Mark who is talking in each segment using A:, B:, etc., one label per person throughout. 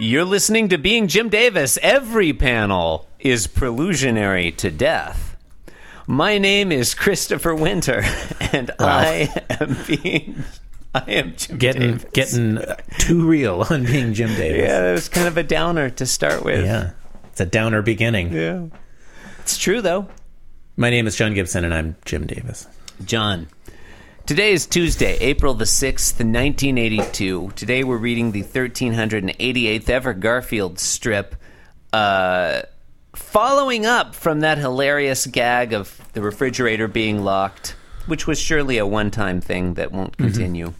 A: You're listening to Being Jim Davis. Every panel is prelusionary to death. My name is Christopher Winter, and I am being. I am Jim
B: Getting
A: Davis.
B: getting uh, too real on being Jim Davis.
A: Yeah, that was kind of a downer to start with.
B: Yeah. It's a downer beginning.
A: Yeah. It's true, though.
B: My name is John Gibson and I'm Jim Davis.
A: John. Today is Tuesday, April the 6th, 1982. Today we're reading the 1388th ever Garfield strip. Uh, following up from that hilarious gag of the refrigerator being locked, which was surely a one time thing that won't continue.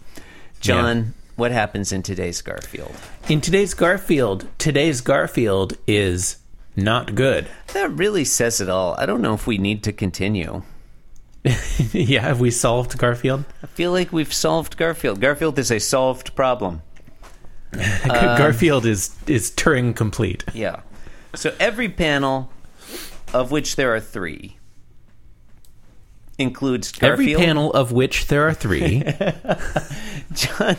A: John, what happens in today's Garfield?
B: In today's Garfield, today's Garfield is not good.
A: That really says it all. I don't know if we need to continue.
B: yeah, have we solved Garfield?
A: I feel like we've solved Garfield. Garfield is a solved problem.
B: Um, Garfield is is Turing complete.
A: Yeah. So every panel, of which there are three, includes Garfield.
B: Every panel of which there are three.
A: John,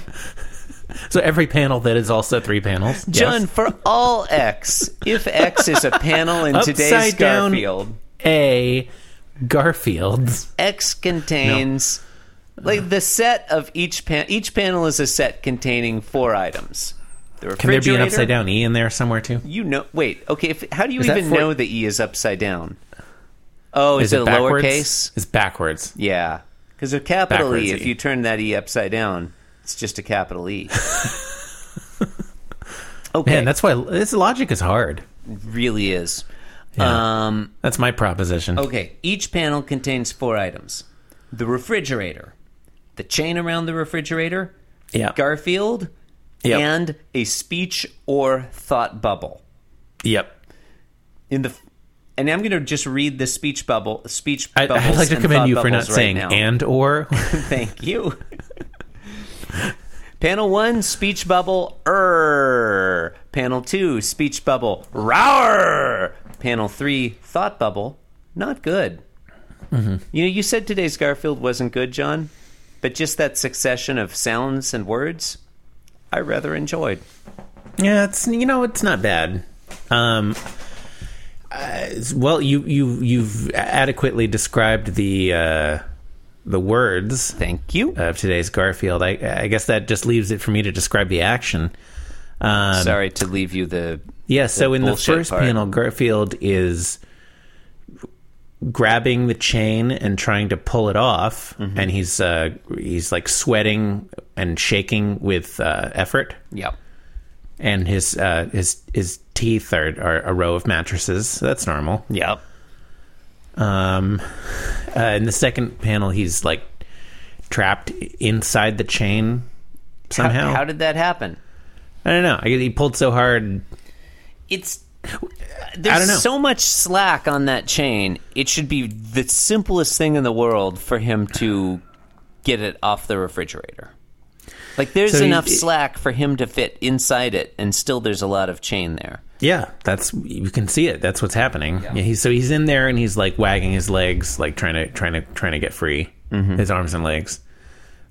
B: so every panel that is also three panels. Yes.
A: John for all X. If X is a panel in today's
B: Upside down.
A: Garfield,
B: A Garfields.
A: X contains like the set of each panel. Each panel is a set containing four items. The
B: Can there be an
A: refrigerator-
B: upside down E in there somewhere too?
A: You know. Wait. Okay. If, how do you
B: Is that
A: even
B: four-
A: know the E is upside down? Oh, is, it, a lowercase?
B: It's backwards.
A: Yeah, because a capital
B: Backwards
A: E, if
B: E.
A: you turn that E upside down, it's just a capital E. okay,
B: Man, that's why this logic is hard.
A: really is. Um,
B: That's my proposition.
A: okay, each panel contains four items: the refrigerator, the chain around the refrigerator,
B: Yeah.
A: Garfield,
B: Yep.
A: and a speech or thought bubble.
B: yep.
A: In the and I'm going to just read the speech bubble. Speech.
B: I,
A: bubbles
B: I'd like to
A: and
B: commend
A: thought
B: you for not
A: bubbles right
B: saying
A: now.
B: and or.
A: Thank you. Panel one, speech bubble, er. Panel two, speech bubble, roar. Panel three, thought bubble, not good. You know, you said today's Garfield wasn't good, John, but just that succession of sounds and words, I rather enjoyed.
B: yeah, it's you know it's not bad. Um, uh, well, you you you've adequately described the uh, the words
A: Thank you.
B: of today's Garfield. I, I guess that just leaves it for me to describe the action. Um,
A: Sorry to leave you the.
B: Yeah, so in the
A: bullshit
B: first
A: part.
B: panel, Garfield is grabbing the chain and trying to pull it off,
A: Mm-hmm.
B: and he's uh, he's like sweating and shaking with uh, effort,
A: Yeah.
B: and his uh, his his teeth are, are a row of mattresses. So that's normal.
A: Yep.
B: Um, uh, in the second panel, he's like trapped inside the chain
A: How,
B: somehow.
A: how did that happen?
B: I don't know. He pulled so hard.
A: it's there's
B: know.
A: so much slack on that chain. It should be the simplest thing in the world for him to get it off the refrigerator. Like there's
B: So he-
A: enough slack for him to fit inside it, and still there's a lot of chain there.
B: Yeah, that's you can see it. That's what's happening. Yeah. he's, so he's in there and he's like wagging his legs, like trying to trying to trying to get free. His arms and legs.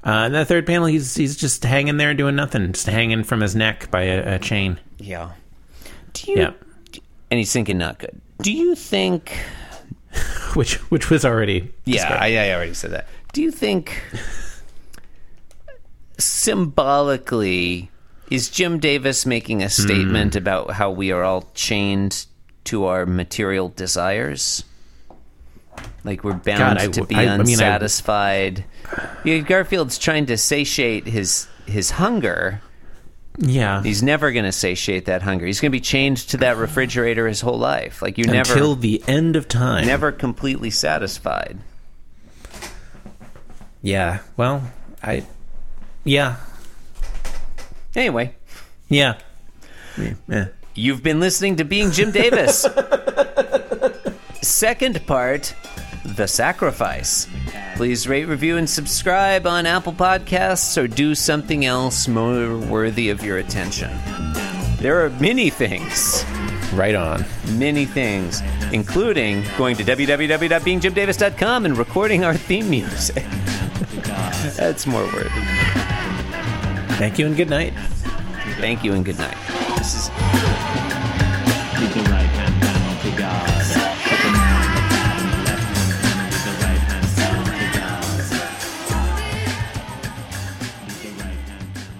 B: Uh, and the third panel, he's he's just hanging there doing nothing, just hanging from his neck by a, a chain.
A: Yeah. Do you?
B: Yeah,
A: And he's thinking not good. Do you think?
B: which which was already
A: Yeah, I, I already said that. Do you think symbolically is Jim Davis making a statement
B: Hmm.
A: about how we are all chained to our material desires? Like we're bound
B: God, I
A: to be
B: w- I- I mean, I-
A: unsatisfied. Yeah, Garfield's trying to satiate his his hunger.
B: yeah
A: He's never going to satiate that hunger. He's going to be chained to that refrigerator his whole life. Like you never
B: until the end of time.
A: never completely satisfied.
B: Yeah. Well, I. Yeah.
A: Anyway,
B: Yeah. Yeah.
A: You've been listening to Being Jim Davis. Second part The Sacrifice. Please rate, review, and subscribe on Apple Podcasts or do something else more worthy of your attention. There are many things,
B: Right on.
A: many things, including going to www.beingjimdavis.com and recording our theme music. That's more worthy.
B: Thank you and good night.
A: Thank you and good night. this is
C: With the right hand down to God. Put the man in the hand, left hand